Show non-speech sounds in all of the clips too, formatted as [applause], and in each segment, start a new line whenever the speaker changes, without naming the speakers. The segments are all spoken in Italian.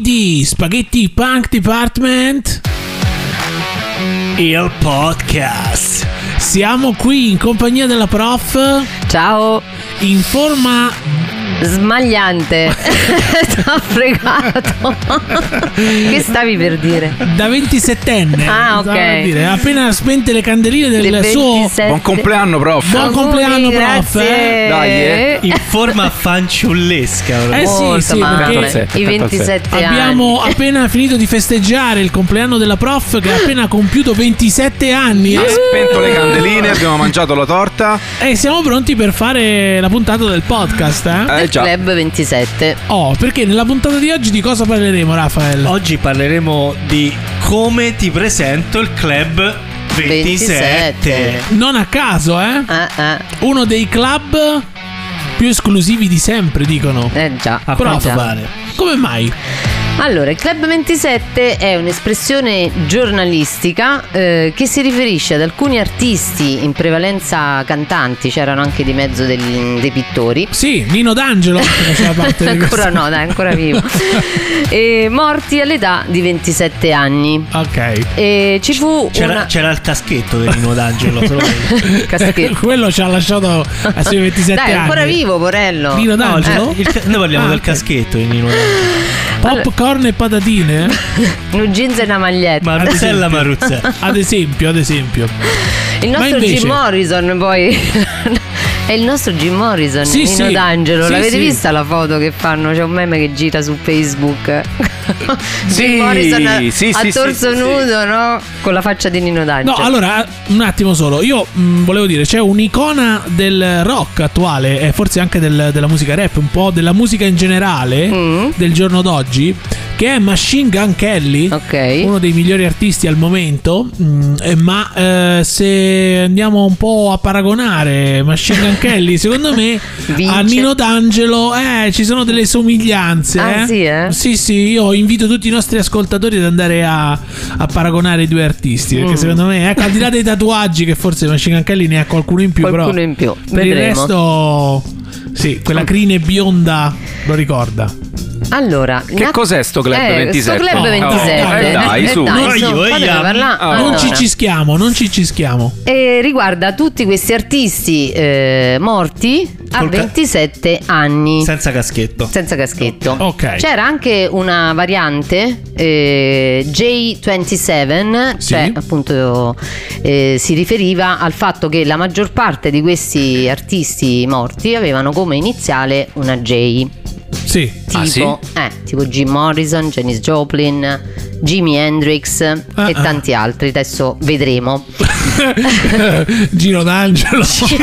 di Spaghetti Punk Department. Il podcast. Siamo qui in compagnia della prof
Ciao,
in forma
smagliante. T'ho fregato. che stavi per dire?
da 27enne.
Ah,
stavo
ok.
per dire. appena spente le candeline del
Le
suo
27.
Buon compleanno, prof.
Buon compleanno,
Auguri,
prof,
grazie.
eh. Dai, eh.
in forma fanciullesca. ormai.
Eh sì,
Molto
sì,
male.
perché
Tanto al set,
I
tanto al set.
27 anni.
Abbiamo appena finito di festeggiare il compleanno della prof che ha appena compiuto 27 anni
Ha spento le candeline, abbiamo mangiato la torta. Eh,
e siamo pronti per fare la puntata del podcast. eh?
Eh già.
Club 27.
Oh, perché nella puntata di oggi di cosa parleremo, Rafael?
Oggi parleremo di come ti presento il club 27.
27.
Non a caso, eh?
Ah, ah,
Uno dei club più esclusivi di sempre, dicono.
eh già.
A
Però-
quanto
già.
pare.
Come mai?
Allora, il Club 27 è un'espressione giornalistica eh, che si riferisce ad alcuni artisti, in prevalenza cantanti, c'erano anche di mezzo degli- dei pittori,
Sì, Nino D'Angelo che
[laughs]
faceva parte di
ancora
questo.
no, dai,
[laughs]
ancora vivo. E morti all'età di 27 anni.
Ok.
E ci fu
C'era,
una
c'era il caschetto del Nino D'Angelo. se lo
[laughs]
vedi.
Ecco,
Caschetto.
[laughs] Quello ci ha lasciato ai suoi 27
Dai, è
anni.
ancora vivo, eh, Porello.
Nino
No, il-
D'Angelo?
il ca- noi parliamo
Ah,
del
ok.
caschetto di Nino D'Angelo.
Popcorn e patatine? eh?
Un jeans e una maglietta.
[laughs]
Maruzzella Maruzzella.
Ad esempio, ad esempio.
[laughs] Il
Ma
nostro
invece-
Jim Morrison poi [laughs] È il nostro Jim Morrison,
Sì,
Nino
sì.
D'Angelo.
Sì,
L'avete
sì.
vista la foto che fanno? C'è un meme che gira su
[laughs]
Facebook. Jim Morrison a,
sì,
a
sì,
torso
sì, sì.
nudo, no? Con la faccia di Nino
No,
D'Angelo.
allora, un attimo solo. Io mh, volevo dire, c'è un'icona del rock attuale e forse anche del- della musica rap, un po' della musica in generale
Mm.
del giorno d'oggi, che è Machine Gun Kelly.
Ok.
Uno dei migliori artisti al momento, mh, eh, ma eh, se andiamo un po' a paragonare Machine Gun
[laughs]
Kelly, secondo me a
Vince.
Nino D'Angelo eh, ci sono delle somiglianze.
Ah, sì, eh?
Sì, sì, io invito tutti i nostri ascoltatori ad andare a, a paragonare i due artisti, perché
Mm.
secondo me, ecco, al di là dei tatuaggi, che forse Machine Gun Kelly ne ha qualcuno in più,
Qualcuno
però
in più.
per il
Vedremo.
resto, sì, quella crine bionda lo ricorda.
Allora,
Che
na-
cos'è sto Club
eh, Sto
27?
club
Oh,
27.
eh,
dai,
Eh,
su.
Oi,
insomma,
oi,
fatemi
am-
parlare.
Ah,
Non
Allora.
ci cischiamo, non ci cischiamo.
E riguarda tutti questi artisti eh, morti a
Col ca-
27 anni.
Senza caschetto.
Senza caschetto.
Ok.
C'era anche una variante eh, J27,
Sì.
cioè appunto eh, si riferiva al fatto che la maggior parte di questi artisti morti avevano come iniziale una J.
Sì. [laughs]
Tipo,
Ah,
eh, tipo Jim Morrison, Janis Joplin, Jimi Hendrix
Ah,
e
ah.
tanti altri. Adesso vedremo.
[laughs] Giro d'angelo.
Cioè,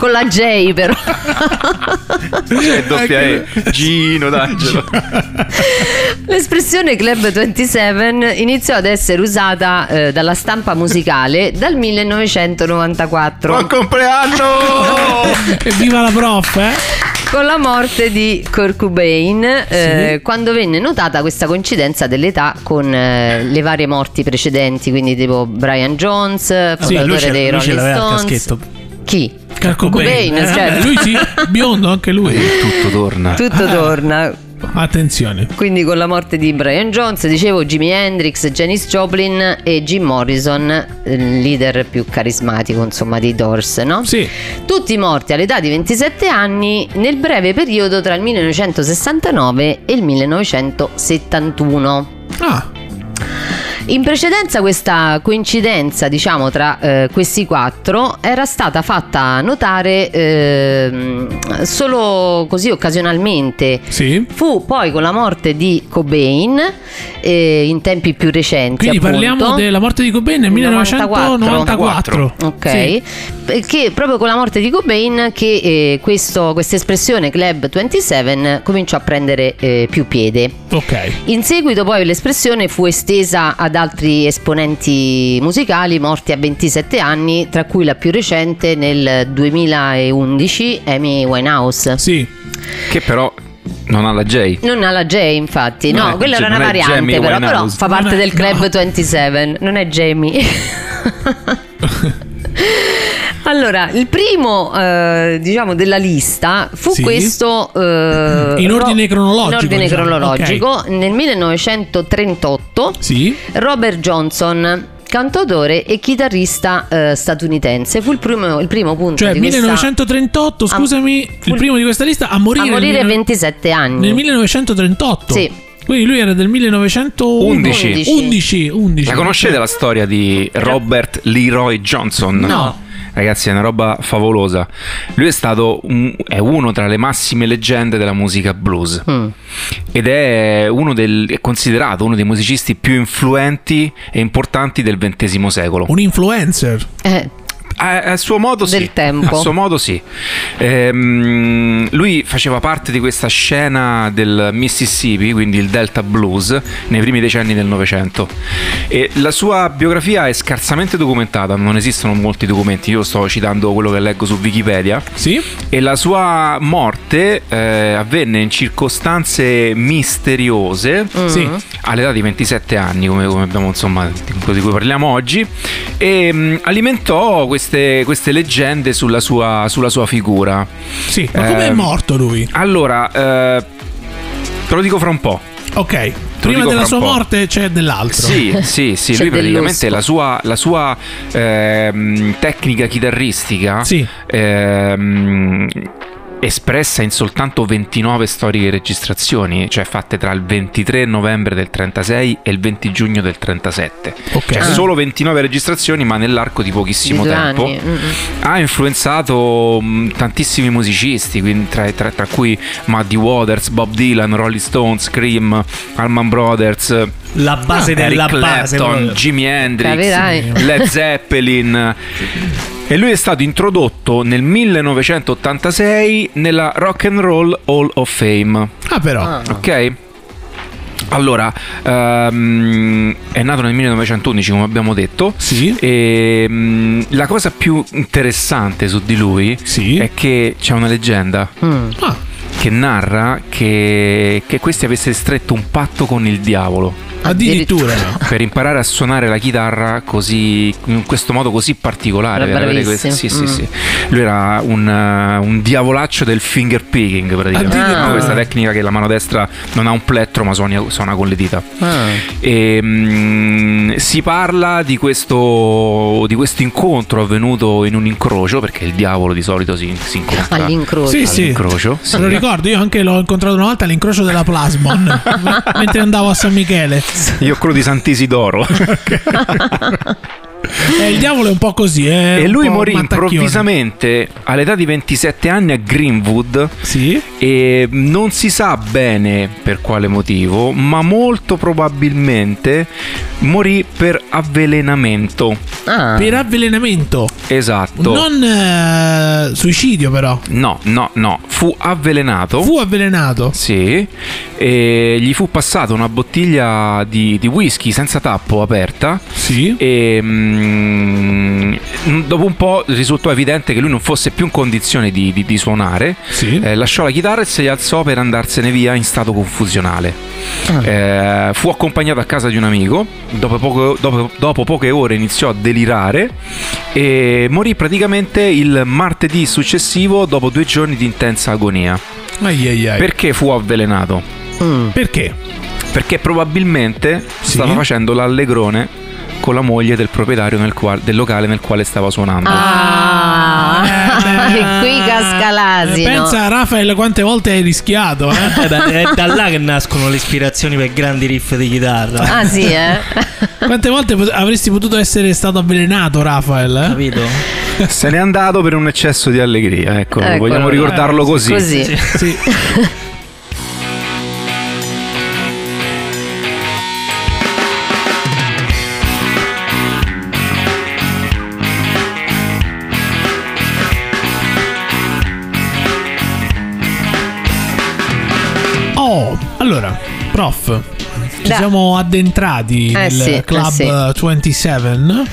Con la J però.
C'è doppia
[laughs]
E.
Ecco.
Gino d'Angelo.
L'espressione Club 27 iniziò ad essere usata eh, dalla stampa musicale dal 1994
Buon compleanno!
Viva la prof, eh?
con la morte di Kurt Cobain eh, quando venne notata questa coincidenza dell'età con eh, le varie morti precedenti, quindi tipo Brian Jones,
Sì, lui
fondatore
ce-
dei
lui ce
Rolling
l'aveva il
Stones.
caschetto.
Chi?
Carco
Cobain,
Cobain, eh,
certo.
vabbè, lui sì, biondo anche lui.
Tutto torna.
Ah.
Tutto torna.
Attenzione.
Quindi con la morte di Brian Jones, dicevo Jimi Hendrix, Janis Joplin e Jim Morrison, eh, il leader più carismatico insomma dei Doors, no?
Sì,
Tutti morti all'età di 27 anni nel breve periodo tra il 1969 e il 1971.
ah,
In precedenza questa coincidenza, diciamo, tra eh, questi quattro era stata fatta notare ehm, solo così occasionalmente
sì.
Fu poi con la morte di Cobain eh, in tempi più recenti.
Quindi
appunto.
parliamo della morte di Cobain nel
94.
1994.
Ok,
Sì.
perché proprio con la morte di Cobain che eh, questo- questa espressione Club 27 cominciò a prendere eh, più piede.
Ok.
In seguito poi l'espressione fu estesa ad altri esponenti musicali morti a 27 anni, tra cui la più recente nel 2011, Amy Winehouse.
Sì,
Che però non ha la J.
Non ha la J, infatti. No,
Non è-
quella era una
non è
variante,
Jamie
però,
Winehouse.
però fa
Non
parte
è-
del Club
no.
27. Non è Jamie. Allora, il primo, eh, diciamo, della lista fu
Sì.
questo... eh,
In ordine
Ro-
cronologico,
In ordine
diciamo,
cronologico. Nel 1938
Sì.
Robert Johnson, cantautore e chitarrista eh, statunitense, fu il primo, il primo punto
Cioè,
di questa...
1938, scusami, il primo di questa lista a morire.
a
nel
morire a
mille-
27 anni.
Mm.
Nel 1938.
Sì.
Quindi lui era del 1911.
11.
11. 11.
La conoscete la storia di Robert Leroy Johnson?
No.
Ragazzi, è una roba favolosa. Lui è stato un- è uno tra le massime leggende della musica blues.
Mm.
Ed è, uno del, è considerato uno dei musicisti più influenti e importanti del XX secolo.
Un influencer.
Eh,
A, a suo modo sì.
Del tempo.
A suo modo sì. Ehm, lui faceva parte di questa scena del Mississippi, quindi il Delta Blues, nei primi decenni del Novecento. E la sua biografia è scarsamente documentata, non esistono molti documenti, io sto citando quello che leggo su Wikipedia.
Sì.
E la sua morte eh, avvenne in circostanze misteriose
mm.
Sì.
all'età di 27 anni, come, come abbiamo insomma di quello di cui parliamo oggi, e mh, alimentò queste, queste leggende sulla sua, sulla sua figura.
Sì. Ma come è
Ehm.
morto lui?
Allora, eh, te lo dico fra un po'.
Ok. Prima
dico
della
fra
sua
un po'.
morte c'è dell'altro.
Sì, sì, sì,
C'è
lui praticamente
dell'osco.
la sua, la sua ehm, tecnica chitarristica
Sì.
ehm, espressa in soltanto 29 storiche registrazioni, cioè fatte tra il 23 novembre del 36 e il 20 giugno del 37.
Ok.
Cioè
Ah.
solo 29 registrazioni, ma nell'arco di pochissimo
Di due
tempo.
anni, mm, mm.
Ha influenzato mh, tantissimi musicisti, quindi tra, tra- tra cui Muddy Waters, Bob Dylan, Rolling Stones, Cream, Allman Brothers,
La base Ah, della
Eric
base.
Clapton,
proprio.
Jimi Hendrix,
Capirai.
Led Zeppelin. E lui è stato introdotto nel 1986 nella Rock and Roll Hall of Fame.
Ah, però.
Ah.
Ok? Allora, ehm, è nato nel 1911 come abbiamo detto
Sì.
e mm, la cosa più interessante su di lui
Sì.
è che c'è una leggenda
Mm.
Ah,
che narra che, che questi avesse stretto un patto con il diavolo
addirittura.
per imparare a suonare la chitarra così, in questo modo così particolare.
Era
per avere
bravissimo.
questa- sì, sì,
Mm.
sì. Lui era un, eh, un diavolaccio del finger picking praticamente.
Addirittura. Ah.
no? Questa tecnica che la mano destra non ha un plettro ma suona, suona con le dita.
Ah.
E, mm, si parla di questo, di questo incontro avvenuto in un incrocio perché il diavolo di solito si, si incontra.
All'incrocio.
Sì, sì.
all'incrocio,
Se lo
sì.
ricordo, io anche l'ho incontrato una volta all'incrocio della Plasmon [laughs] mentre andavo a San Michele.
Io quello di Sant'Isidoro.
E Eh, il diavolo è un po' così, eh.
e
un
lui
po'
morì
mattacchione.
improvvisamente all'età di 27 anni a Greenwood
Sì.
e non si sa bene per quale motivo, ma molto probabilmente morì per avvelenamento.
Ah.
Per avvelenamento.
Esatto.
Non eh, suicidio, però.
No, no, no, fu avvelenato.
Fu avvelenato.
Sì, e gli fu passata una bottiglia di, di whisky senza tappo aperta
Sì.
e mm, dopo un po' risultò evidente che lui non fosse più in condizione di, di- di suonare.
Sì.
Eh, lasciò la chitarra e si alzò per andarsene via in stato confusionale.
Ah.
Eh, fu accompagnato a casa di un amico, dopo, poco- dopo- dopo poche ore iniziò a delirare e morì praticamente il martedì successivo dopo due giorni di intensa agonia.
Ecco.
Ai ai Eh, ai.
Perché fu avvelenato?
Mm.
Perché?
Perché probabilmente
Sì.
stava facendo l'allegrone con la moglie del proprietario nel qual- del locale nel quale stava suonando.
Ah. [laughs] e qui casca l'asino.
Pensa a Rafael quante volte hai rischiato,
[laughs]
eh.
Eh, da- è da là che nascono le ispirazioni per grandi riff di chitarra.
Ah sì,
[laughs]
eh?
Quante volte pot- avresti potuto essere stato avvelenato, Rafael? eh?
Capito?
Se n'è andato per un eccesso di allegria, ecco,
Eccolo. eh,
vogliamo ricordarlo così.
Così.
Sì. Oh, allora, prof. Ci
Da.
siamo addentrati
Eh
nel
sì, eh
Club
sì.
eh, 27.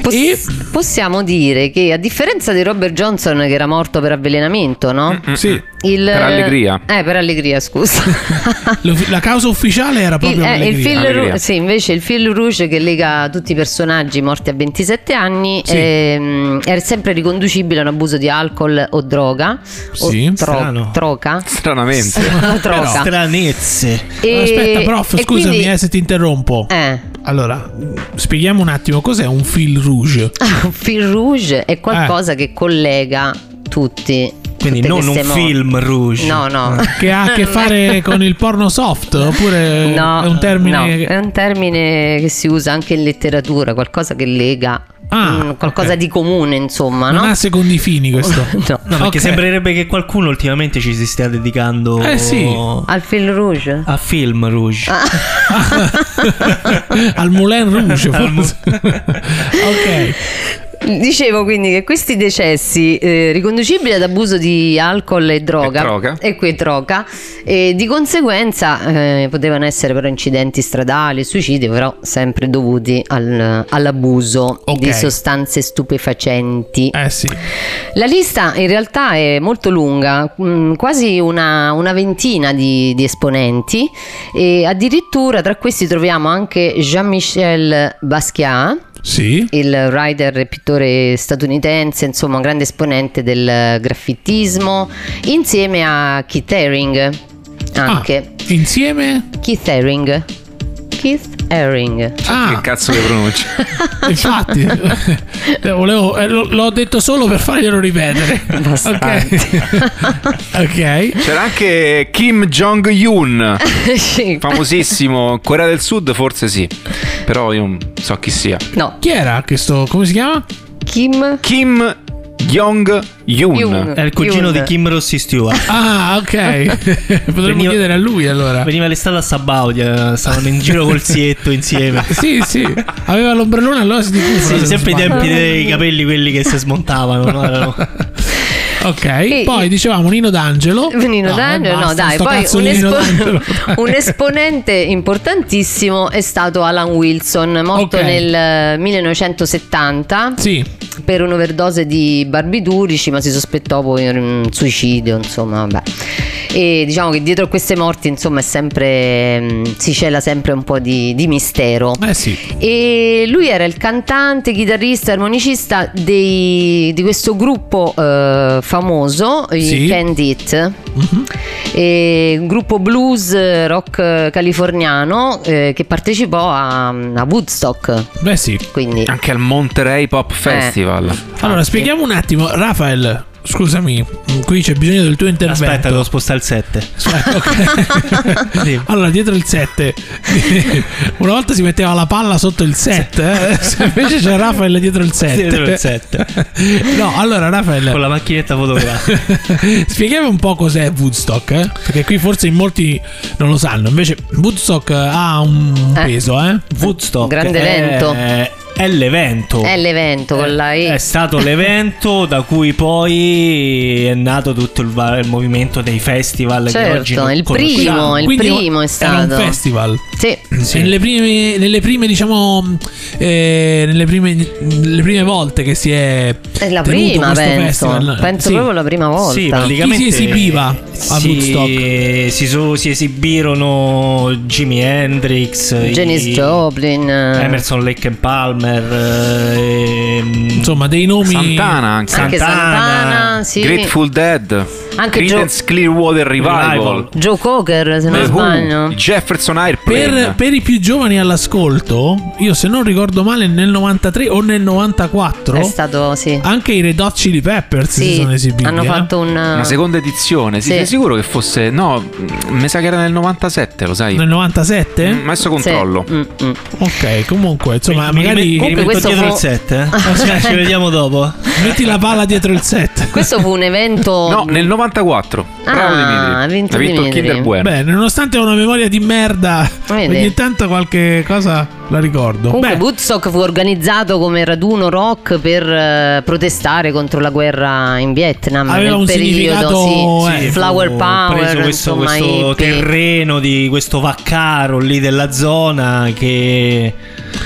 Poss-
E-
Possiamo dire che a differenza di Robert Johnson che era morto per avvelenamento, no?
Sì.
Il-
Per allegria.
Eh, per allegria, scusa.
[laughs] Lo- la causa ufficiale era
Il,
proprio
eh, il
Allegria.
fil
Allegria.
rouge- sì, invece il fil rouge che lega tutti i personaggi morti a 27 anni
Sì.
ehm, è sempre riconducibile a un abuso di alcol o droga o
Sì,
strano.
troca. [laughs]
Stranamente.
La troca.
Stranezze.
E-
Aspetta, prof,
e
scusami
quindi-
eh, se ti interrompo.
Eh, [laughs]
Allora, spieghiamo un attimo cos'è un fil rouge.
un fil rouge è
Eh.
qualcosa che collega tutti.
Quindi
tutte
non un
queste mo-
film rouge.
No, no.
Che ha a che fare con il porno soft? Oppure
[laughs] No,
è un termine.
no, Eh,
che-
è un termine che si usa anche in letteratura, qualcosa che lega,
Ah,
mm, qualcosa
ok.
di comune, insomma,
Non
no?
ha secondi fini questo.
[laughs] No.
No, perché
Ok.
sembrerebbe che qualcuno ultimamente ci si stia dedicando
Eh, sì.
Al fil rouge?
a film rouge.
[laughs]
Ah,
Al Moulin Rouge, forse. [laughs] ok.
[laughs] Dicevo quindi che questi decessi eh, riconducibili ad abuso di alcol e droga
E droga.
e qui droga e di conseguenza eh, potevano essere però incidenti stradali, suicidi però sempre dovuti al- all'abuso
Ok.
di sostanze stupefacenti.
Eh sì.
La lista in realtà è molto lunga, mh, quasi una, una ventina di, di esponenti e addirittura tra questi troviamo anche Jean-Michel Basquiat
Sì.
il writer e pittore statunitense, insomma un grande esponente del graffittismo, insieme a Keith Haring anche.
Ah, insieme?
Keith Haring. Keith Haring.
Ah,
Che cazzo le pronunci?
[laughs]
infatti. Eh, volevo- eh, lo- l'ho detto solo per farglielo ripetere.
Bastardi.
Ok. [laughs] ok.
C'era anche Kim Jong-un,
Sì.
famosissimo. Corea del Sud, forse sì. Però io non so chi sia.
No,
Chi era questo? Come si chiama?
Kim
Kim
Jong.
Jong-un.
È il cugino
Chiunque.
di Kim
[laughs]
Rossi Stewart.
Ah,
[laughs]
ok. Potremmo
Veniva-
chiedere a lui allora.
Veniva l'estate a Sabaudia, stavano in giro col sietto insieme.
[laughs] Sì, sì. Aveva l'ombrellone all'osso di culo. se
Sì,
non
sempre i
sbaglio.
tempi dei capelli quelli che si smontavano. no? Erano-
Ok,
E-
poi dicevamo Nino
[laughs]
D'Angelo.
Nino
No,
D'Angelo,
basta,
no dai,
sto
poi
cazzo
un,
di Nino
espo-
D'Angelo.
[laughs] un esponente importantissimo è stato Alan Wilson, morto
Ok.
nel 1970
Sì,
per un'overdose di barbiturici, ma si sospettò poi un suicidio, insomma, vabbè. E diciamo che dietro a queste morti, insomma, è sempre, mm, si cela sempre un po' di, di mistero.
eh sì.
E lui era il cantante, chitarrista, armonicista dei- di questo gruppo eh, famoso,
Sì.
i Candy It,
Mhm.
e un gruppo blues eh, rock californiano eh, che partecipò a, a Woodstock.
Beh sì.
Quindi
Anche al Monterey
Eh.
Pop Festival.
Allora, spieghiamo un attimo. Rafael, scusami, mh, qui c'è bisogno del tuo intervento.
Aspetta, devo spostare il 7.
Aspetta, [laughs] ok.
Cioè, Sì.
Allora, dietro il
[laughs]
7, una volta si metteva la palla sotto il 7, invece c'è Rafael dietro il 7.
Dietro il set.
[laughs] No, allora Rafael,
Con la macchinetta fotografica.
[laughs] Spieghiamo un po' cos'è Woodstock, eh? perché qui forse in molti non lo sanno, invece Woodstock eh, ha un
Eh.
peso, eh?
Woodstock
Grande
è-
evento.
È l'evento.
è l'evento con la E.
È stato l'evento da cui poi è nato tutto il, va- il movimento dei festival che
Certo,
oggi non
il
conosciamo.
primo, il
Quindi
primo è
Era un
stato.
festival.
Sì.
E Nelle prime, nelle prime, diciamo, eh, nelle prime, nelle prime volte che si è
È la
tenuto
prima,
questo
penso.
festival.
Penso
Sì.
proprio la prima volta.
Sì, praticamente
Chi si esibiva a
si-
Woodstock?
Si, so- si esibirono Jimi Hendrix,
Janis
eh, i-
Joplin. eh,
Emerson Lake and Palmer, ehm,
Insomma, dei nomi...
Santana anche.
Anche
Santana,
Santana, sì.
Grateful Dead.
Anche
Creedence Clearwater Revival.
Revival.
Joe Cocker, se non
The Who,
sbaglio.
Jefferson Airplane.
Per, per i più giovani all'ascolto, io se non ricordo male nel 93 o nel 94
È stato, sì.
Anche i Red Hot Chili Peppers si
Sì,
sono esibiti.
hanno
eh.
fatto un.
Una seconda edizione, sì,
Sì.
sei sicuro che fosse... No, mh, mi sa che era nel 97, lo sai.
nel 97?
Mm, Ma adesso
Sì.
controllo.
Mm, mm.
Ok, comunque, insomma,
mi-
magari
mi, mi
Comunque
rimetto
questo
dietro
fu-
il set, eh?
[laughs]
Cioè, ci vediamo dopo.
metti la palla dietro il set.
Questo fu
[laughs]
un evento.
No, nel 94. Bravo
Ah,
Dimitri.
ha vinto
Ha vinto il
Dimitri.
Kinder Bueno.
Beh, nonostante ho una memoria di merda,
Vedi.
ogni tanto qualche cosa la ricordo.
Comunque,
Beh,
Woodstock fu organizzato come raduno rock per eh, protestare contro la guerra in Vietnam.
Aveva
nel
un
periodo,
significato,
sì,
eh,
Flower
Ho
Power.
preso questo,
insomma,
questo
hippie.
terreno di questo vaccaro lì della zona che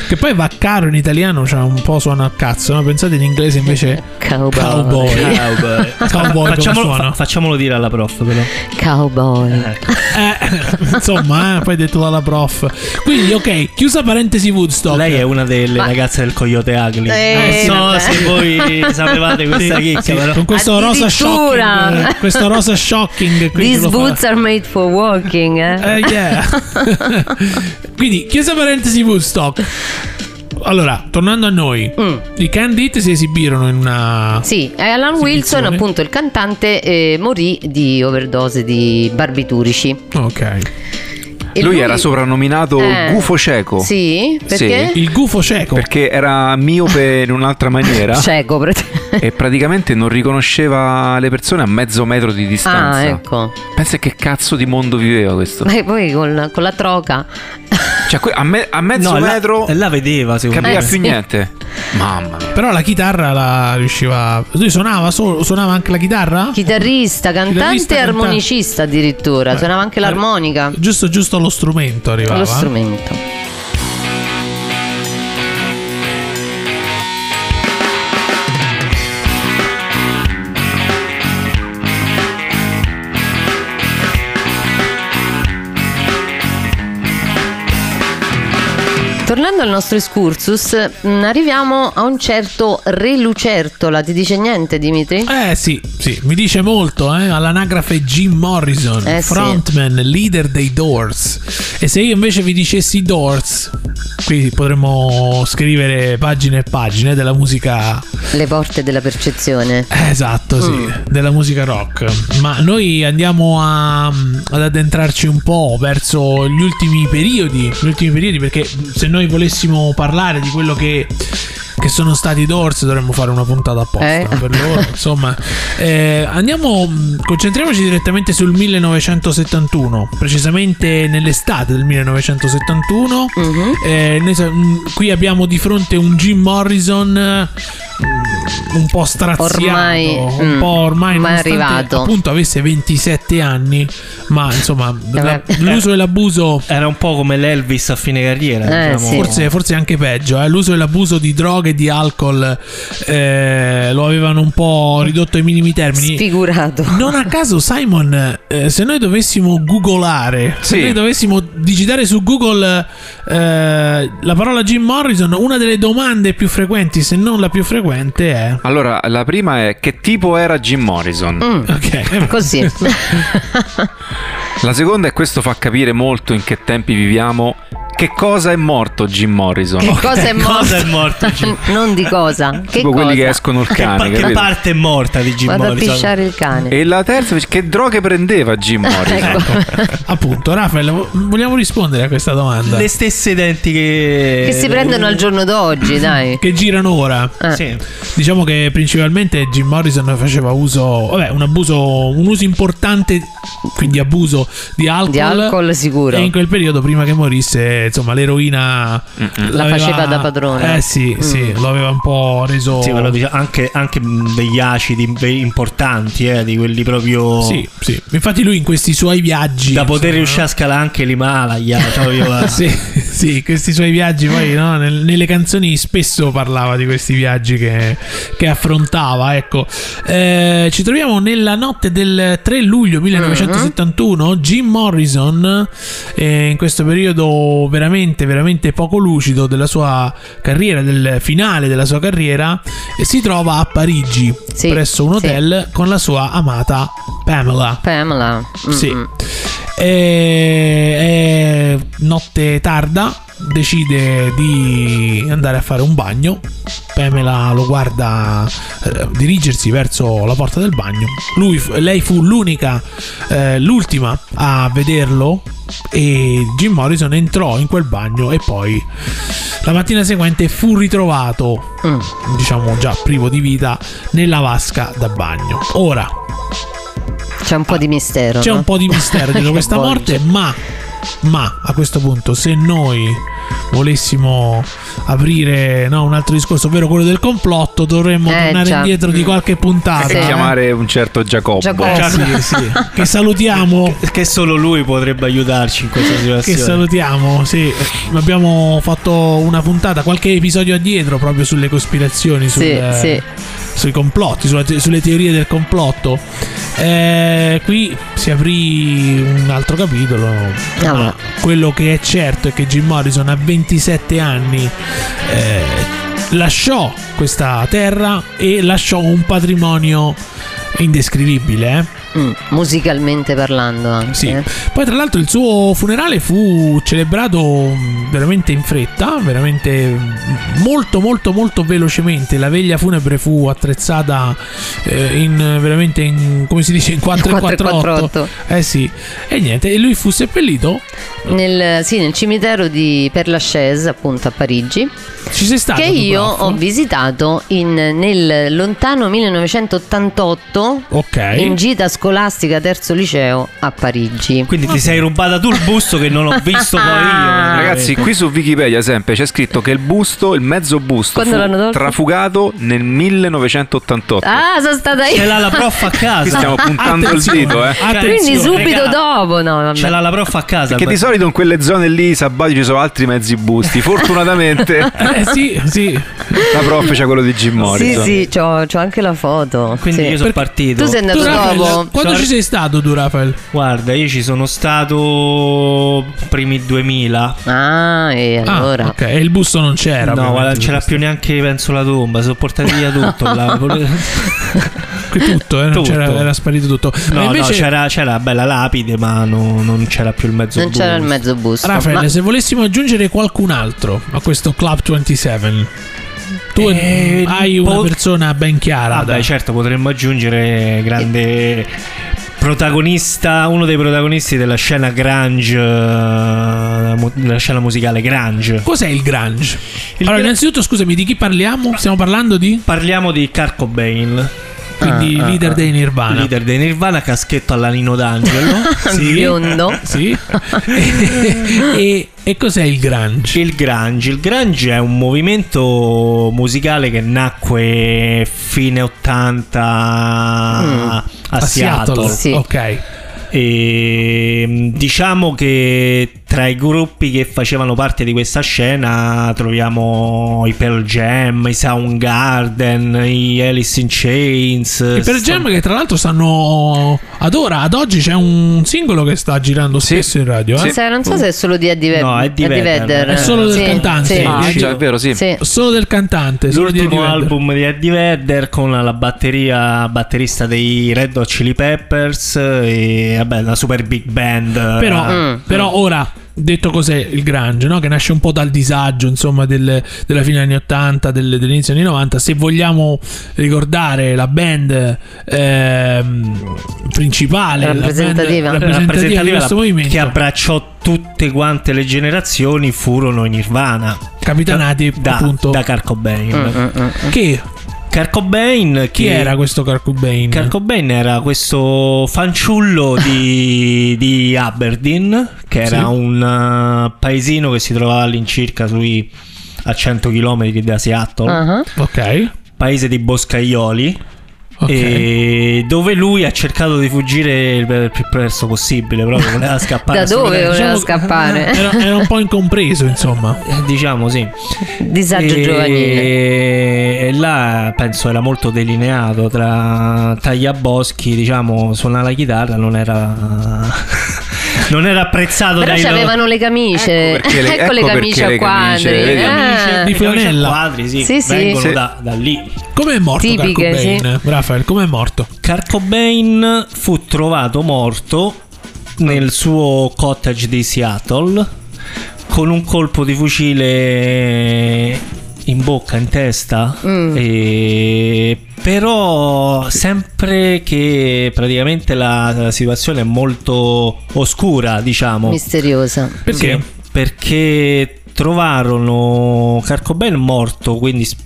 Che poi vaccaro in italiano cioè un po' suona al cazzo, no? Pensate in inglese invece [laughs]
Cowboy.
[laughs]
cowboy.
Cowboy.
Cowboy come
facciamolo,
suona.
fa- facciamolo dire alla prof, però.
[laughs] Cowboy.
Ecco.
Eh, [laughs] insomma, eh, poi detto dalla prof. Quindi, ok, chiusa parentesi Woodstock.
Lei è una delle
Ma-
ragazze del Coyote Ugly.
Eh,
non so
vabbè.
se voi sapevate questa
Sì,
chicca,
sì,
però.
con questo rosa
Addirittura.
shocking,
[laughs]
eh, questo rosa shocking quindi
These
lo fa-
boots are made for walking.
Eh,
Eh?
[laughs]
yeah.
[laughs]
quindi chiusa parentesi Woodstock. Allora, tornando a noi,
Mm.
i Candid si esibirono in una
Sì, eh, Alan
Esibizione.
Wilson, appunto il cantante, eh, morì di overdose di barbiturici.
Ok.
E
lui, era soprannominato
Eh.
gufo cieco.
Sì, perché?
Sì.
Il gufo cieco.
Perché era
[laughs]
miope in un'altra maniera
Cieco, praticamente.
[laughs] e praticamente non riconosceva le persone a mezzo metro di distanza.
Ah, ecco.
Pensa che cazzo di mondo
[laughs]
viveva questo.
Ma poi con, con la
[laughs]
troca.
Cioè, que- a, me- a mezzo
No, la-
metro
la, vedeva, secondo
Eh,
capiva
me.
più niente. Mamma mia.
Però la chitarra la riusciva. Lui suonava solo, suonava anche la chitarra?
Chitarrista,
Chitarrista,
cantante e
cantante.
armonicista addirittura.
Eh,
Suonava anche
eh,
l'armonica.
Giusto, giusto allo strumento arrivava.
Lo strumento. Tornando al nostro excursus, mh, arriviamo a un certo Re Lucertola. Ti dice niente, Dimitri?
Eh sì, sì, mi dice molto, eh? all'anagrafe Jim Morrison,
Eh, sì.
frontman, leader dei Doors. E se io invece vi dicessi Doors, qui potremmo scrivere pagine e pagine della musica
Le porte della percezione.
eh, Esatto, sì, della musica rock. Ma noi andiamo a- ad addentrarci un po' verso gli ultimi periodi, gli ultimi periodi perché se noi volessimo parlare di quello che che sono stati i Doors dovremmo fare una puntata apposta
Eh.
per loro insomma Eh, andiamo concentriamoci direttamente sul 1971 precisamente nell'estate del 1971
Mhm.
eh, noi sa- mh, qui abbiamo di fronte un Jim Morrison eh, un po' straziato,
Ormai,
un
mm,
po' ormai
ormai
nonostante,
arrivato.
Appunto avesse 27 anni, ma insomma
Eh
la-
Vabbè.
l'uso e l'abuso
Era un po' come l'Elvis a fine carriera.
Eh,
diciamo.
sì.
Forse, forse anche peggio, eh. l'uso e l'abuso di droghe e di alcol eh, lo avevano un po' ridotto ai minimi termini.
Sfigurato.
Non a caso, Simon, eh, se noi dovessimo googolare, se
Sì.
noi dovessimo digitare su Google eh, la parola Jim Morrison, una delle domande più frequenti, se non la più frequente, è.
Allora, la prima è che tipo era Jim Morrison?
Mm,
Ok, eh, ma- [laughs]
Così.
La seconda è questo fa capire molto in che tempi viviamo. Che cosa è morto Jim Morrison?
Che cosa è morto?
Cosa è morto? Jim?
[laughs] non di cosa. Che
tipo
cosa?
quelli che escono il
che, pa-
cane,
che
capito?
parte è morta di diciamo. Jim
Vado a
Morrison?
pisciare il cane.
E la terza, invece, che droghe prendeva Jim
Ecco.
Morrison? Ecco.
appunto, Raffaele, vo- vogliamo rispondere a questa domanda?
Le stesse identiche.
Che si prendono al giorno d'oggi, dai.
Che girano ora.
Eh.
Sì.
Diciamo che principalmente Jim Morrison faceva uso, vabbè, un abuso, un uso importante, quindi abuso di alcol.
Di alcol sicuro.
E in quel periodo, prima che morisse, insomma, l'eroina l'aveva-
La faceva da padrone. Mm.
Eh sì, sì, lo aveva un po' reso.
Sì, ma lo diciamo dice- anche, anche degli acidi imp- importanti, eh, di quelli proprio.
Sì, sì. Infatti, lui in questi suoi viaggi.
Da poter
insomma,
riuscire a scalare anche l'Himalaya. cioè,
[laughs]
proprio la-
Ah,
[laughs]
Sì, sì, questi suoi viaggi poi no, nel- nelle canzoni spesso parlava di questi viaggi che, che affrontava. Ecco. Eh, ci troviamo nella notte del 3 luglio 1971. Jim Morrison, eh, in questo periodo veramente, veramente poco lucido della sua carriera, del finale della sua carriera, eh, si trova a Parigi
Sì,
presso un
sì.
hotel con la sua amata Pamela.
Pamela. Mm,
Sì.
mm.
E, e notte tarda decide di andare a fare un bagno. Pamela lo guarda eh, dirigersi verso la porta del bagno. Lui fu- lei fu l'unica, eh, l'ultima a vederlo. E Jim Morrison entrò in quel bagno e poi la mattina seguente fu ritrovato,
Mm.
diciamo già privo di vita, nella vasca da bagno. Ora,
C'è un po' di
[laughs]
mistero.
c'è
no?
un po' di mistero dietro
[laughs] Che
questa
avvolge.
morte, ma, ma a questo punto, se noi volessimo aprire no, un altro discorso, ovvero quello del complotto, dovremmo
Eh,
tornare
già.
indietro di qualche puntata.
Ah, Sì.
E chiamare un certo Giacobbo.
Giacobbo.
Eh, sì, sì. Che salutiamo.
[laughs] Che solo lui potrebbe aiutarci in questa
Che
situazione.
salutiamo, sì. Abbiamo fatto una puntata, qualche episodio addietro proprio sulle cospirazioni, sul, eh,
Sì, sì.
sui complotti, sulla te- sulle teorie del complotto. Eh, qui si aprì un altro capitolo.
Ah,
Ma
no.
Quello che è certo è che Jim Morrison a 27 anni eh, lasciò questa terra e lasciò un patrimonio indescrivibile. Eh?
Mm, musicalmente parlando anche.
Sì.
eh.
Poi tra l'altro il suo funerale fu celebrato mh, veramente in fretta, veramente mh, molto molto molto velocemente. La veglia funebre fu attrezzata eh, in eh, veramente in come si dice in 4 e 448.
448.
Eh sì. E niente, e lui fu seppellito.
Nel, sì, nel cimitero di Père Lachaise, appunto a Parigi,
Ci sei stato
che
tu,
io
prof?
ho visitato in- nel lontano 1988
Ok.
Eh?
in gita scolastica terzo liceo a Parigi.
Quindi ti sei rubata tu il busto che non ho visto poi
Ah,
io.
Ah, Ragazzi, qui su Wikipedia sempre c'è scritto che il busto, il mezzo busto,
Quando l'hanno
fu
tolto?
trafugato nel 1988.
Ah, sono stata
ce
io.
l'ha la prof a
Qui
casa.
stiamo puntando il dito, eh.
Attenzione,
Ah, Quindi subito
regà.
dopo, no, vabbè.
Ce l'ha la prof a casa.
Che di
beh.
solito in quelle zone lì, i sabati, ci sono altri mezzi
[laughs]
busti. Fortunatamente la
Eh sì, sì.
prof c'è quello di Jim
Sì,
Morrison.
sì, c'ho, c'ho anche la foto.
Quindi
sì.
io sono partito.
Tu sei
Tu,
andato
Rafael,
dopo.
quando
Sorry.
ci sei stato tu, Rafael?
Guarda, io ci sono stato primi 2000.
Ah, e allora.
Ah, ok. E il busto non c'era.
no, guarda,
ovviamente,
non c'era
questo.
più neanche, penso, la tomba. Sono portato via tutto.
[laughs]
la-
Che tutto, eh, non
Tutto.
c'era- era sparito tutto. Ma
No, no,
invece-
c'era, c'era bella lapide, ma no- non c'era più il mezzo
Non c'era il
busto.
mezzo busto.
Raffaele,
ma-
se volessimo aggiungere qualcun altro a questo Club 27, tu
Eh,
hai una
pot-
persona ben chiara.
Ah,
da-
beh, certo, potremmo aggiungere grande protagonista, uno dei protagonisti della scena grunge, eh, mu- della scena musicale grunge.
Cos'è il Grange?
Il
allora,
gra-
innanzitutto, scusami, di chi parliamo? Stiamo parlando di
Parliamo di Kurt Cobain,
quindi leader dei Nirvana.
Ah, leader dei Nirvana, caschetto alla Nino D'Angelo.
Sì.
[laughs]
Biondo.
Sì. e, e- e cos'è il Grange?
Il grunge, il grunge è un movimento musicale che nacque fine 80 a, Seattle. Eh,
Sì.
Ok.
E mh, diciamo che tra i gruppi che facevano parte di questa scena troviamo i Pearl Jam, i Soundgarden, gli Alice in Chains.
E per Jam che tra l'altro stanno ad ora, ad oggi c'è un singolo che sta girando spesso in radio, eh?
Sì.
Sai, non so se è solo di Eddie Vedder.
No, è di Vedder.
È solo del
Sì,
cantante.
sì.
Ah,
Ah, già, è vero, sì.
Sì.
Solo del cantante, solo di
L'ultimo
Eddie Vedder.
album di Eddie Vedder con la batteria batterista dei Red Hot Chili Peppers e vabbè, la super big band. eh,
Però,
Mm.
però ora detto cos'è il grunge, no? che nasce un po' dal disagio insomma, del- della fine anni 80, del- dell'inizio anni 90, se vogliamo ricordare la band ehm, principale, la band
Rappresentativa.
rappresentativa di questo movimento,
che abbracciò tutte quante le generazioni furono i Nirvana.
capitanati
da,
appunto
da Kurt Cobain.
Mm, mm, mm.
che
Kurt Cobain, che
chi era questo Kurt
Mm.
Cobain?
Kurt Cobain era questo
[laughs]
fanciullo di, di Aberdeen, che era
Sì.
un eh, paesino che si trovava all'incirca sui a 100 km da Seattle,
Ah,
ok,
paese di boscaioli.
ok.
E dove lui ha cercato di fuggire il il più presto possibile,
[laughs]
proprio voleva scappare.
Da dove
assolutamente.
voleva scappare?
Diciamo eh, Era, era un po' incompreso insomma.
Eh, Diciamo sì.
Disagio
E-
giovanile.
E là penso era molto delineato tra tagliaboschi, diciamo, suonare la chitarra non era [laughs] non era apprezzato
Però
dai
ci avevano le camicie.
Ecco perché le-
Ecco le
ecco
camicie
perché
a
le camicie,
quadri.
vedi?
eh.
Di flanella.
quadri, sì,
Sì, sì.
vengono
Sì.
Da, da lì.
Com'è morto
Tipiche,
Kurt Cobain? Rafael, com'è morto?
Kurt Cobain fu trovato morto nel suo cottage di Seattle con un colpo di fucile in bocca, in testa.
Mm.
E- Però sempre che praticamente la, la situazione è molto oscura, diciamo.
Misteriosa.
Perché?
Sì, perché trovarono Kurt Cobain morto, quindi sp-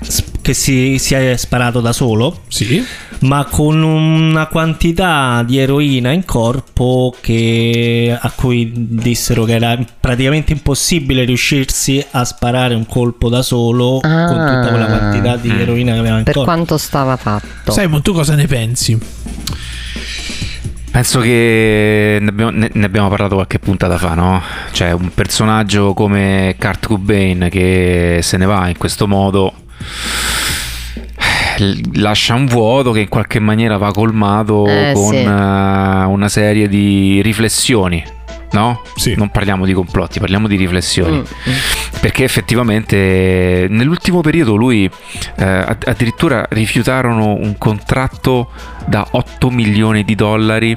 sp- che si, si è sparato da solo,
Sì.
ma con una quantità di eroina in corpo che, a cui dissero che era praticamente impossibile riuscirsi a sparare un colpo da solo
Ah.
con tutta quella quantità
Mm.
di eroina che aveva in
Per
corpo.
quanto stava fatto.
Simon, tu cosa ne pensi?
Penso che ne abbiamo, ne- ne abbiamo parlato qualche puntata fa, no? Cioè, un personaggio come Kurt Cobain che se ne va in questo modo l- lascia un vuoto che in qualche maniera va colmato
Eh,
con
sì.
eh, una serie di riflessioni, no?
Sì.
Non parliamo di complotti, parliamo di riflessioni.
Mm.
Perché effettivamente eh, nell'ultimo periodo lui eh, add- addirittura rifiutarono un contratto da 8 milioni di dollari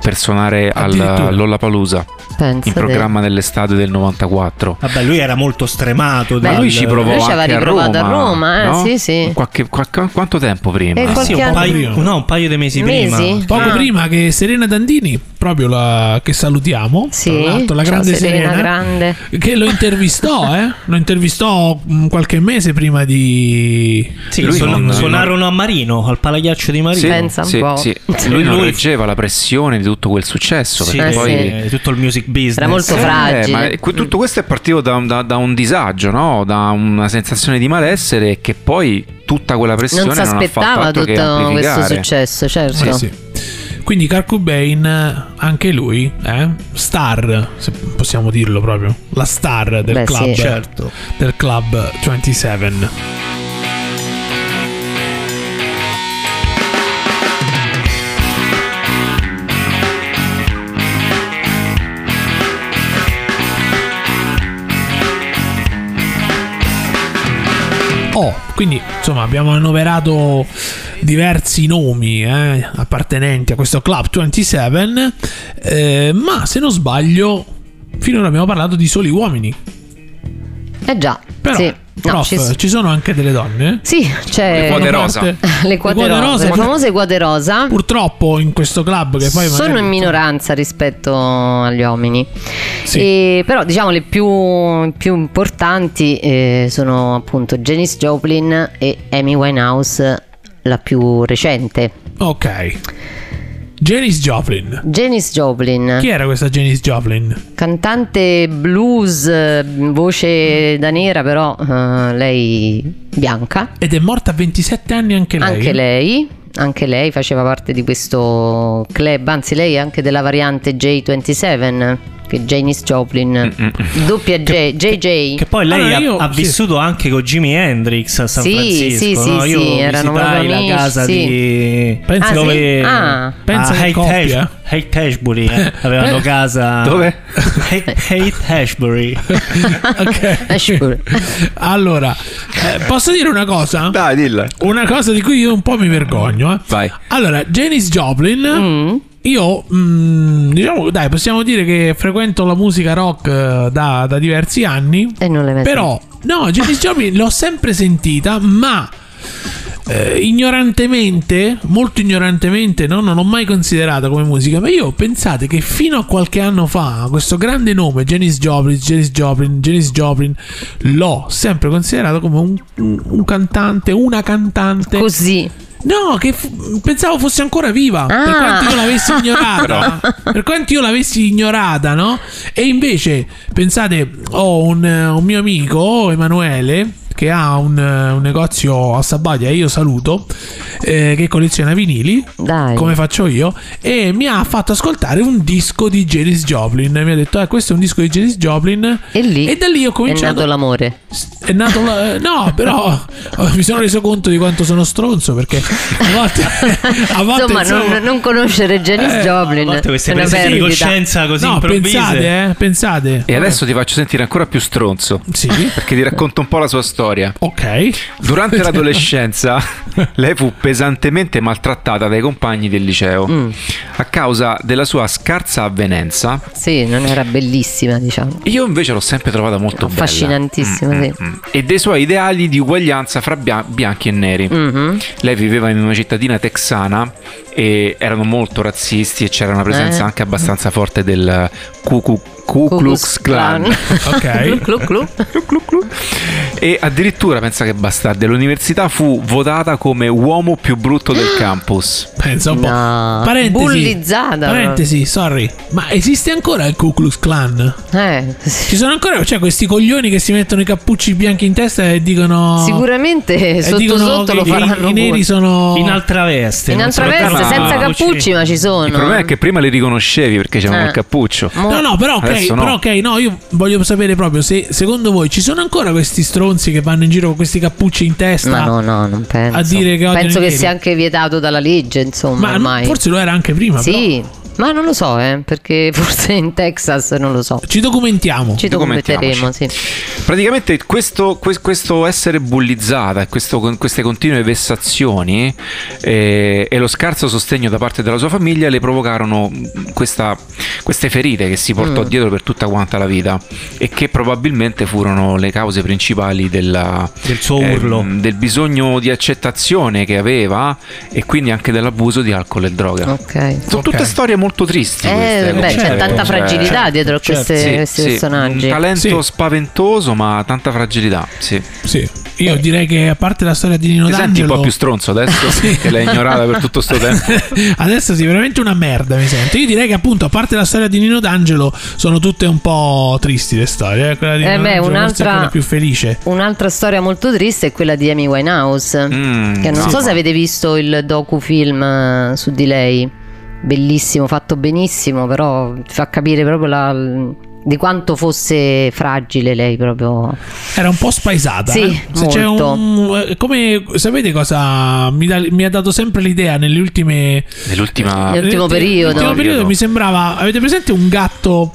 per suonare
Addirittura.
al Lollapalooza
Pensa te.
in programma dell'estate del 94.
Vabbè, lui era molto stremato.
Beh,
Ma
dal- Eh,
lui ci provò
Lui ci aveva
anche a
riprovato a
Roma,
Roma, eh,
no?
sì, sì.
Qualche- qualche- quanto tempo prima?
Eh,
Ah, sì,
qualche
un
anno
paio,
prima.
no, un paio di mesi,
Mesi?
prima.
Poco
Ah.
prima che Serena Dandini, proprio la che salutiamo,
Sì.
tra l'altro, la
Ciao,
grande
Serena,
Serena,
grande.
che lo intervistò, eh? lo intervistò mh, qualche mese prima di...
Sì,
Lui
suon-
non-
suonarono a Marino, al palaghiaccio di Marino.
Sì,
Pensa un
sì,
po'. [laughs]
sì.
Sì.
Lui non
Lui-
reggeva la pressione di tutto quel successo.
Sì,
perché
eh,
poi
sì.
eh, tutto il music business.
Era molto
Eh,
fragile.
ma que- tutto questo è partito da, un- da- da un disagio, no? da una sensazione di malessere che poi tutta quella pressione
Non
non,
si
ha fatto
aspettava
altro che
tutto questo
amplificare.
successo, certo.
Sì, sì. Quindi Kurt Cobain, anche lui, eh? star, se possiamo dirlo proprio, la star del
Beh,
club,
sì.
certo, del club 27. Oh, quindi insomma abbiamo annoverato diversi nomi eh, appartenenti a questo Club 27, eh, ma se non sbaglio finora abbiamo parlato di soli uomini,
Eh già,
però
sì. No,
prof, cioè,
ci
ci,
s-
sono anche delle donne. eh?
sì, c'è
Le
[laughs] le
quote
quote,
rosa.
rosa, le
pur-
famose quote rosa.
Purtroppo in questo club che poi
sono
magari-
in minoranza rispetto agli uomini,
Sì.
E però diciamo le più, più importanti eh, sono appunto Janice Joplin e Amy Winehouse, la più recente.
Ok. Janice Joplin.
Janice Joplin,
Chi era questa Janice Joplin?
cantante blues, eh, voce da nera però eh, lei bianca.
Ed è morta a 27 anni anche lei. [laughs]
Anche lei, anche lei faceva parte di questo club, anzi lei è anche della variante J27, che è Janice Joplin, doppia J, JJ.
Che poi lei
Allora,
ha,
io-
ha
sì.
vissuto anche con Jimi Hendrix a San
Sì,
Francisco.
sì,
no?
sì,
Io
sì, erano
visitai
proprio
la
amici,
casa
sì.
di.
Pensa-
Ah, sì?
dove
Ah.
Pensa
a
che
Haight
coppia.
Ash- Haight Ashbury
[laughs]
eh, avevano
Eh.
casa.
Dove?
Haight Haight Ashbury.
[laughs] Eh, sure.
ok. [laughs] allora, eh, posso dire una cosa?
Dai, dilla.
Una cosa di cui io un po' mi vergogno. eh.
Vai.
Allora, Janice Joplin.
Mm.
Io, mm, diciamo, dai, possiamo dire che frequento la musica rock eh, da, da diversi anni.
E non l'hai mai
Però, no, Janice Joplin l'ho sempre sentita, ma eh, ignorantemente, molto ignorantemente, no? non l'ho mai considerata come musica. Ma io pensate che fino a qualche anno fa, questo grande nome, Janice Joplin, Janice Joplin, Janice Joplin, l'ho sempre considerato come un, un- un cantante, una cantante.
Così.
No, che f- pensavo fosse ancora viva. Per
Ah.
quanto io l'avessi ignorata. per quanto io l'avessi ignorata, no? E invece, pensate, ho un, eh, un mio amico, Emanuele, che ha un, eh, un negozio a Sabaglia, io saluto, eh, che colleziona vinili.
Dai.
Come faccio io? E mi ha fatto ascoltare un disco di Janis Joplin. Mi ha detto: eh, questo è un disco di Janis Joplin.
E lì
da lì ho
è
cominciato.
nato l'amore.
È nato la- eh, No, però [laughs] eh, mi sono reso conto di quanto sono stronzo perché a volte, [laughs] a volte,
Insomma, non, non conoscere Janis
Eh,
Joplin
A volte queste
è una
prese di
perdita.
coscienza così
no,
improvvise.
pensate, eh, pensate.
E adesso ti faccio sentire ancora più stronzo.
Sì.
Perché ti racconto un po' la sua storia.
Ok.
Durante l'adolescenza
[laughs]
lei fu pesantemente maltrattata dai compagni del liceo
Mm.
a causa della sua scarsa avvenenza.
Sì, non era bellissima, diciamo.
Io invece l'ho sempre trovata molto bella.
Affascinantissima,
Mm,
sì.
mm, mm. E dei suoi ideali di uguaglianza fra bia- bianchi e neri.
Mhm.
Lei viveva in una cittadina texana e erano molto razzisti e c'era una presenza
Eh.
anche abbastanza forte del Ku Ku- Ku Klux
[laughs]
Klan.
Ok.
Clu, clu, clu.
Clu, clu, clu. [laughs] E addirittura, pensa che bastarde, l'università fu votata come uomo più brutto [gasps] del campus.
[laughs] Pensa un po'.
No.
Parentesi.
Bullizzata.
Parentesi, sorry. Ma esiste ancora il Ku Klux Klan?
Eh,
Ci sono ancora cioè, questi coglioni che si mettono i cappucci bianchi in testa e dicono.
Sicuramente
e
sotto
dicono
sotto
che
lo
i-
faranno.
I, neri
pure.
sono.
In altra veste.
In
non
altra
so perché,
veste,
ma-
senza
ma-
cappucci, ma ci sono.
Il problema è che prima li riconoscevi perché c'avevano
Eh.
il cappuccio.
Mo-
No, no, però ok,
Adesso no.
però ok, no, io voglio sapere proprio se secondo voi ci sono ancora questi stronzi che vanno in giro con questi cappucci in testa.
Ma no, no, non penso.
a dire che odiano
penso
i
che
neri.
sia anche vietato dalla legge, insomma,
Ma
ormai.
forse lo era anche prima. però.
sì, ma non lo so, eh, perché [laughs] forse in Texas non lo so.
Ci documentiamo.
Ci documenteremo, sì.
Praticamente questo, que- questo essere bullizzata e questo- con queste continue vessazioni eh, e lo scarso sostegno da parte della sua famiglia le provocarono mh, questa- queste ferite che si portò
Mm.
dietro per tutta quanta la vita e che probabilmente furono le cause principali della-
Del suo
eh,
urlo.
mh, del bisogno di accettazione che aveva e quindi anche dell'abuso di alcol e droga.
Ok.
Sono
Ok.
tutte storie molto tristi.
Eh,
queste,
beh,
comunque,
c'è tanta
certo.
cioè-
fragilità dietro a
certo,
queste-
sì,
questi
sì,
personaggi.
Un talento
Sì.
spaventoso, ma tanta fragilità. Sì.
Sì. Io direi che a parte la storia di Nino
Ti senti un po'
D'Angelo
più stronzo
[laughs]
adesso che l'hai ignorata per tutto sto tempo.
Adesso sei veramente una merda, mi sento. Io direi che appunto, a parte la storia di Nino D'Angelo, sono tutte un po' tristi le storie. eh. Quella di
Eh
Nino
beh,
D'Angelo forse è
un'altra-
quella più felice.
Un'altra storia molto triste è quella di Amy Winehouse.
Mm,
[laughs] che non
sì.
so se avete visto il docufilm eh, su di lei. Bellissimo, fatto benissimo, però ti fa capire proprio la- di quanto fosse fragile lei proprio.
Era un po' spaesata.
Sì,
eh. Se
molto.
c'è un- eh, come sapete cosa mi, dà- mi ha dato sempre l'idea nelle ultime.
[laughs]
Nell'ultima.
Nel- Nell'ultimo
nell'ulti-
periodo.
Nell'ultimo periodo mi sembrava. Avete presente un gatto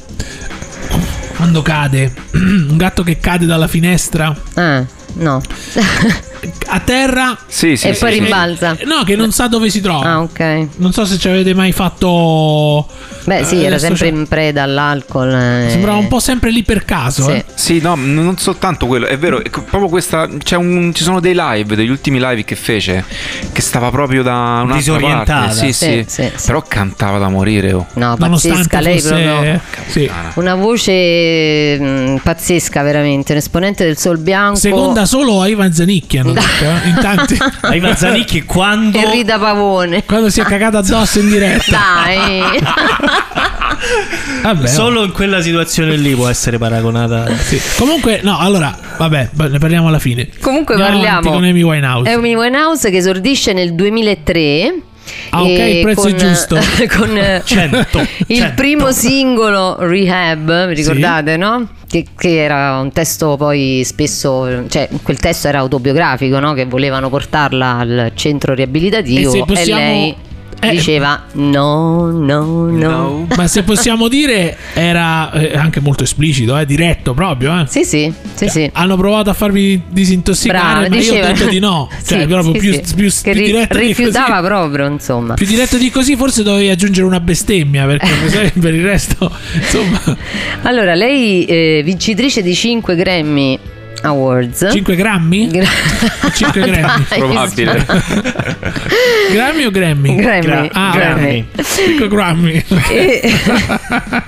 quando cade? [clears throat] un gatto che cade dalla finestra
Ah, no. [laughs]
a terra.
Sì, sì,
e
sì,
poi
sì.
rimbalza.
No, che non sa dove si trova.
Ah, ok.
Non so se ci avete mai fatto.
Beh, sì,
Eh,
era
adesso
sempre
c'è-
in preda all'alcol. eh.
Sembrava un po' sempre lì per caso.
Sì.
eh.
Sì, no, n- non soltanto quello, è vero, è co- proprio questa, c'è un, ci sono dei live, degli ultimi live che fece, che stava proprio da un'altra
Disorientata.
parte, sì,
Sì,
sì,
sì, sì.
però cantava da morire, oh.
No,
Nonostante
pazzesca, lei
fosse-
proprio.
sì.
Una voce mh, pazzesca, veramente. Un esponente del Sol Bianco.
Seconda solo a Ivan Zanicchi hanno detto, eh, in
[laughs]
tanti.
Ai Mazzanicchi quando...
E Rita Pavone.
Quando si è cagata addosso in diretta.
Dai.
[laughs] Vabbè,
Solo in quella situazione lì può essere paragonata.
sì. Comunque, no, allora, vabbè, b- ne parliamo alla fine.
Comunque
Andiamo avanti
parliamo.
con Amy Winehouse.
È un Winehouse che esordisce nel 2003.
Ah, ok,
e
il prezzo è
con-
giusto.
[laughs]
[laughs]
con eh,
100.
[laughs] il primo singolo Rehab, vi ricordate, no? Che, che era un testo poi spesso, cioè quel testo era autobiografico, no? Che volevano portarla al centro
E se
riabilitativo e,
possiamo-
lei
eh.
diceva no, no, no.
No.
Ma se possiamo dire, era eh, anche molto esplicito, eh, diretto proprio. Eh.
Sì, sì, sì, sì.
Hanno provato a farmi disintossicare,
Brava,
ma io
diceva
ho detto di
[laughs]
no. Cioè,
Sì,
proprio
sì,
più,
sì.
più-
che
più
ri-
diretto di così.
rifiutava proprio, insomma.
Più diretto di così, forse dovevi aggiungere una bestemmia
[laughs]
perché sai, per il resto, insomma,
Esatto. Allora, lei eh, vincitrice di 5 Grammy Awards.
5 grammi?
Gra-
[laughs]
[laughs]
Cinque Grammy.
Dai,
Probabile.
Grammi o Grammy?
[laughs] Grammy.
Gra-
ah,
Grammy.
5 grammi.
[laughs]
[laughs]
E,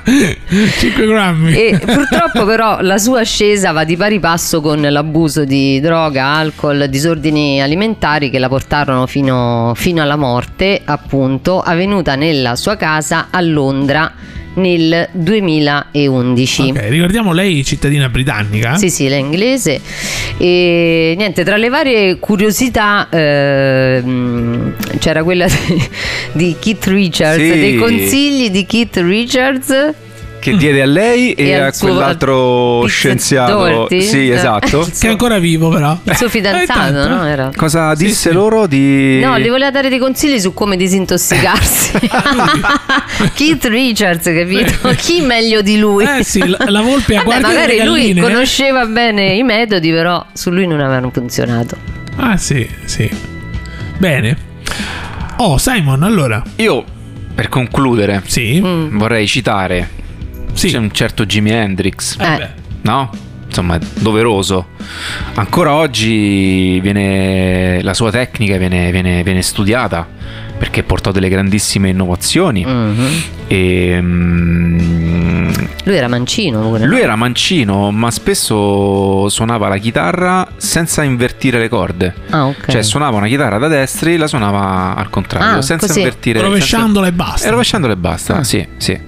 5 grammi.
e purtroppo però la sua ascesa va di pari passo con l'abuso di droga, alcol, disordini alimentari che la portarono fino, fino alla morte, appunto, avvenuta nella sua casa a Londra nel 2011.
Ok, ricordiamo lei cittadina britannica.
Sì, sì, lei è inglese. E niente, tra le varie curiosità ehm, c'era quella [laughs] di, di Keith Richards,
Sì.
dei consigli di Keith Richards.
Che diede a lei e,
[laughs] e al
a
suo-
quell'altro
Pizza
scienziato.
Doherty.
Sì,
Eh.
esatto.
Che è ancora vivo però. [laughs] Eh,
Il suo fidanzato,
tanto,
no? Era.
Cosa
Sì,
disse
sì.
loro di...
No, gli voleva dare dei consigli su
[laughs]
come disintossicarsi.
Ah,
[laughs] Keith Richards, capito? Chi meglio di lui?
Eh sì, la- la volpe a
Vabbè,
guardia delle
Magari lui
galline, eh.
conosceva bene i metodi, però su lui non avevano funzionato.
Ah sì, sì. Bene. Oh, Simon, allora.
Io, per concludere,
Sì.
Mm.
vorrei citare
Sì.
c'è un certo Jimi Hendrix,
Eh,
Eh.
beh.
no? Insomma, è doveroso. Ancora oggi viene, la sua tecnica viene, viene- viene studiata
Mm.
perché portò delle grandissime innovazioni
Mhm.
e, mm,
Lui era mancino pure.
Lui era mancino, ma spesso suonava la chitarra senza invertire le corde.
Ah, ok. [laughs]
Cioè suonava una chitarra da destri, la suonava al contrario,
Ah,
senza
così.
invertire senza-
Rovesciandola e
E
basta.
rovesciandola e basta,
Ah.
sì, sì.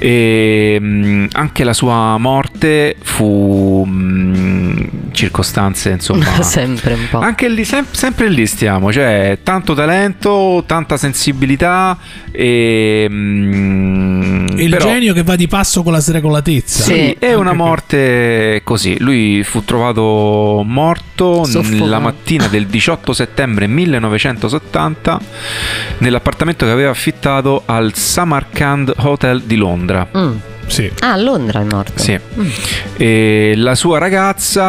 E, mm, anche la sua morte fu mm, circostanze,
[laughs]
insomma,
Sempre un po'.
Anche lì, sem- sempre lì stiamo, cioè tanto talento, tanta sensibilità e... mm,
Il
però-
genio che va di passo con la sregolatezza.
Sì.
sì, è una morte così. Lui fu trovato morto
Soffocato.
la mattina del 18 settembre 1970 nell'appartamento che aveva affittato al Samarkand Hotel di Londra.
Mm.
Sì.
Ah, a Londra è morto. [laughs]
Sì.
Mm.
E la sua ragazza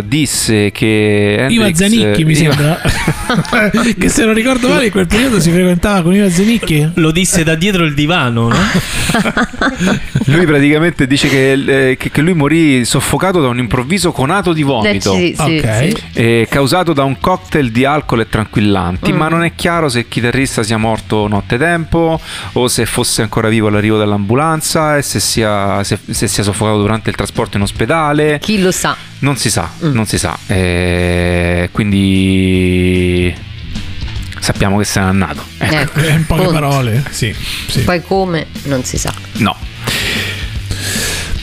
ah, disse che
Iva
Hendrix-
Zanicchi mi
Iva-
sembra che se non ricordo male in quel periodo si frequentava con Iva Zanicchi
Lo disse da dietro il divano, no?
[laughs] Lui praticamente dice che, eh, che- che lui morì soffocato da un improvviso conato di
Eh,
vomito.
sì, sì,
Ok.
sì.
eh, causato da un cocktail di alcol e tranquillanti,
Mm.
ma non è chiaro se il chitarrista sia morto nottetempo o se fosse ancora vivo all'arrivo dell'ambulanza e se sia, se- se sia soffocato durante il trasporto in ospedale.
Chi lo sa?
Non si sa,
Mm.
non si sa. Eh, quindi sappiamo che se n'è andato. Ecco.
Ecco,
Eh, in poche
punto.
parole sì, sì.
Poi come? Non si sa.
No.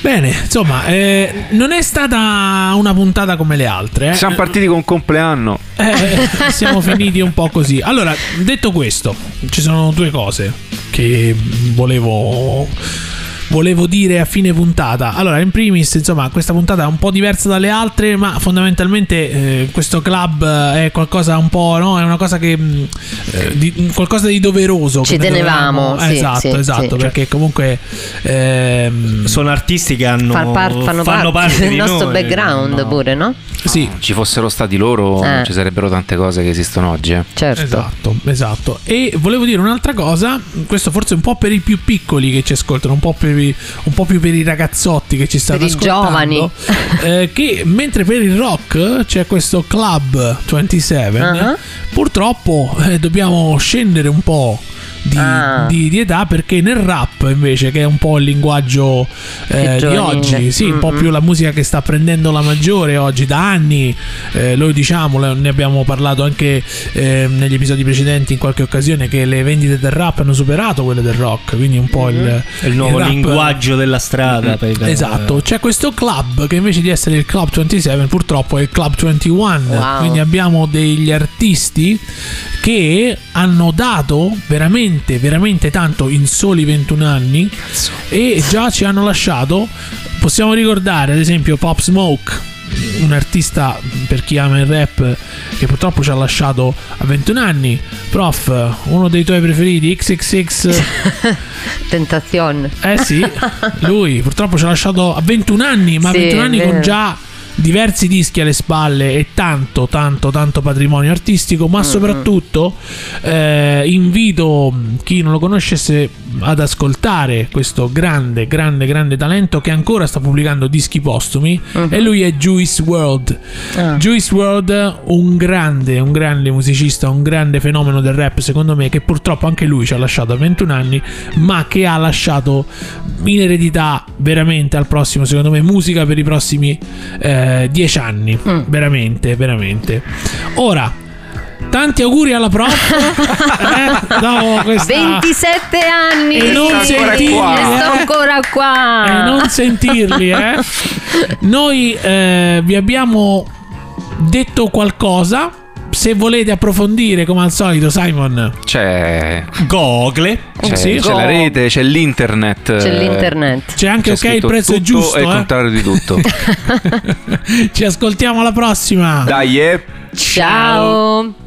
bene insomma eh, non è stata una puntata come le altre eh.
Siamo partiti con un compleanno.
[laughs]
Eh, siamo finiti un po' così. Allora, detto questo, ci sono due cose che volevo. Volevo dire a fine puntata. Allora, in primis, insomma, questa puntata è un po' diversa dalle altre, ma fondamentalmente eh, questo club eh, è qualcosa un po', no? È una cosa che. mh, eh, di- qualcosa di doveroso.
Ci
che noi
tenevamo,
dovevamo-
sì,
esatto,
sì,
esatto,
sì. certo.
perché comunque. ehm,
Sono artisti che hanno,
Far par- fanno,
fanno parte
del
di
nostro
noi,
background
no?
pure, no?
sì,
Ci fossero stati loro,
Eh.
ci sarebbero tante cose che esistono oggi. eh.
Certo.
Esatto, esatto. E volevo dire un'altra cosa, questo forse un po' per i più piccoli che ci ascoltano, un po' per i, un po' più per i ragazzotti che ci stanno
Per i
ascoltando, eh, che mentre per il rock c'è questo Club 27,
Ah.
purtroppo eh, dobbiamo scendere un po'. Di,
Ah.
di- di età perché nel rap invece che è un po' il linguaggio eh,
Più
di
giovanile.
oggi sì un po'
Mm-mm.
più la musica che sta prendendo la maggiore oggi da anni eh, lo diciamo le- ne abbiamo parlato anche eh, negli episodi precedenti in qualche occasione che le vendite del rap hanno superato quelle del rock quindi un po' il,
Mm-hmm. Il Mm. nuovo
rap-
linguaggio diciamo, eh. della strada. per-
Esatto, c'è questo club che invece di essere il Club 27 purtroppo è il Club 21,
Wow.
quindi abbiamo degli artisti che hanno dato veramente, veramente tanto in soli 21 anni e già ci hanno lasciato, possiamo ricordare ad esempio Pop Smoke. Un artista per chi ama il rap che purtroppo ci ha lasciato a 21 anni, prof. Uno dei tuoi preferiti, XXX
Tentazione.
eh sì, lui purtroppo ci ha lasciato a 21 anni, ma a
Sì,
21 anni
è
con
vero.
già diversi dischi alle spalle e tanto, tanto, tanto patrimonio artistico, ma soprattutto eh, invito chi non lo conoscesse ad ascoltare questo grande, grande, grande talento che ancora sta pubblicando dischi postumi
Mm-hmm.
e lui è Juice World.
Ah.
Juice World, un grande, un grande musicista, un grande fenomeno del rap, secondo me, che purtroppo anche lui ci ha lasciato a 21 anni, ma che ha lasciato in eredità veramente al prossimo, secondo me, musica per i prossimi eh, 10 anni.
Mm.
Veramente, veramente. Ora, tanti auguri alla prof. eh, dopo questa-
27 anni!
E non
sì,
sentirli,
e
eh.
Sto ancora qua!
e Eh,
Ah.
non sentirli,
[laughs]
eh. Noi eh, vi abbiamo detto qualcosa. Se volete approfondire, come al solito, Simon,
C'è,
Gogle.
c'è-
Sì.
c'è la rete, c'è l'internet.
C'è
eh,
l'internet.
c'è anche
c'è
ok. Il
scritto
prezzo è
tutto
giusto.
e il
eh. [laughs]
contrario di tutto.
Ci ascoltiamo alla prossima.
Dai, eh.
Ciao.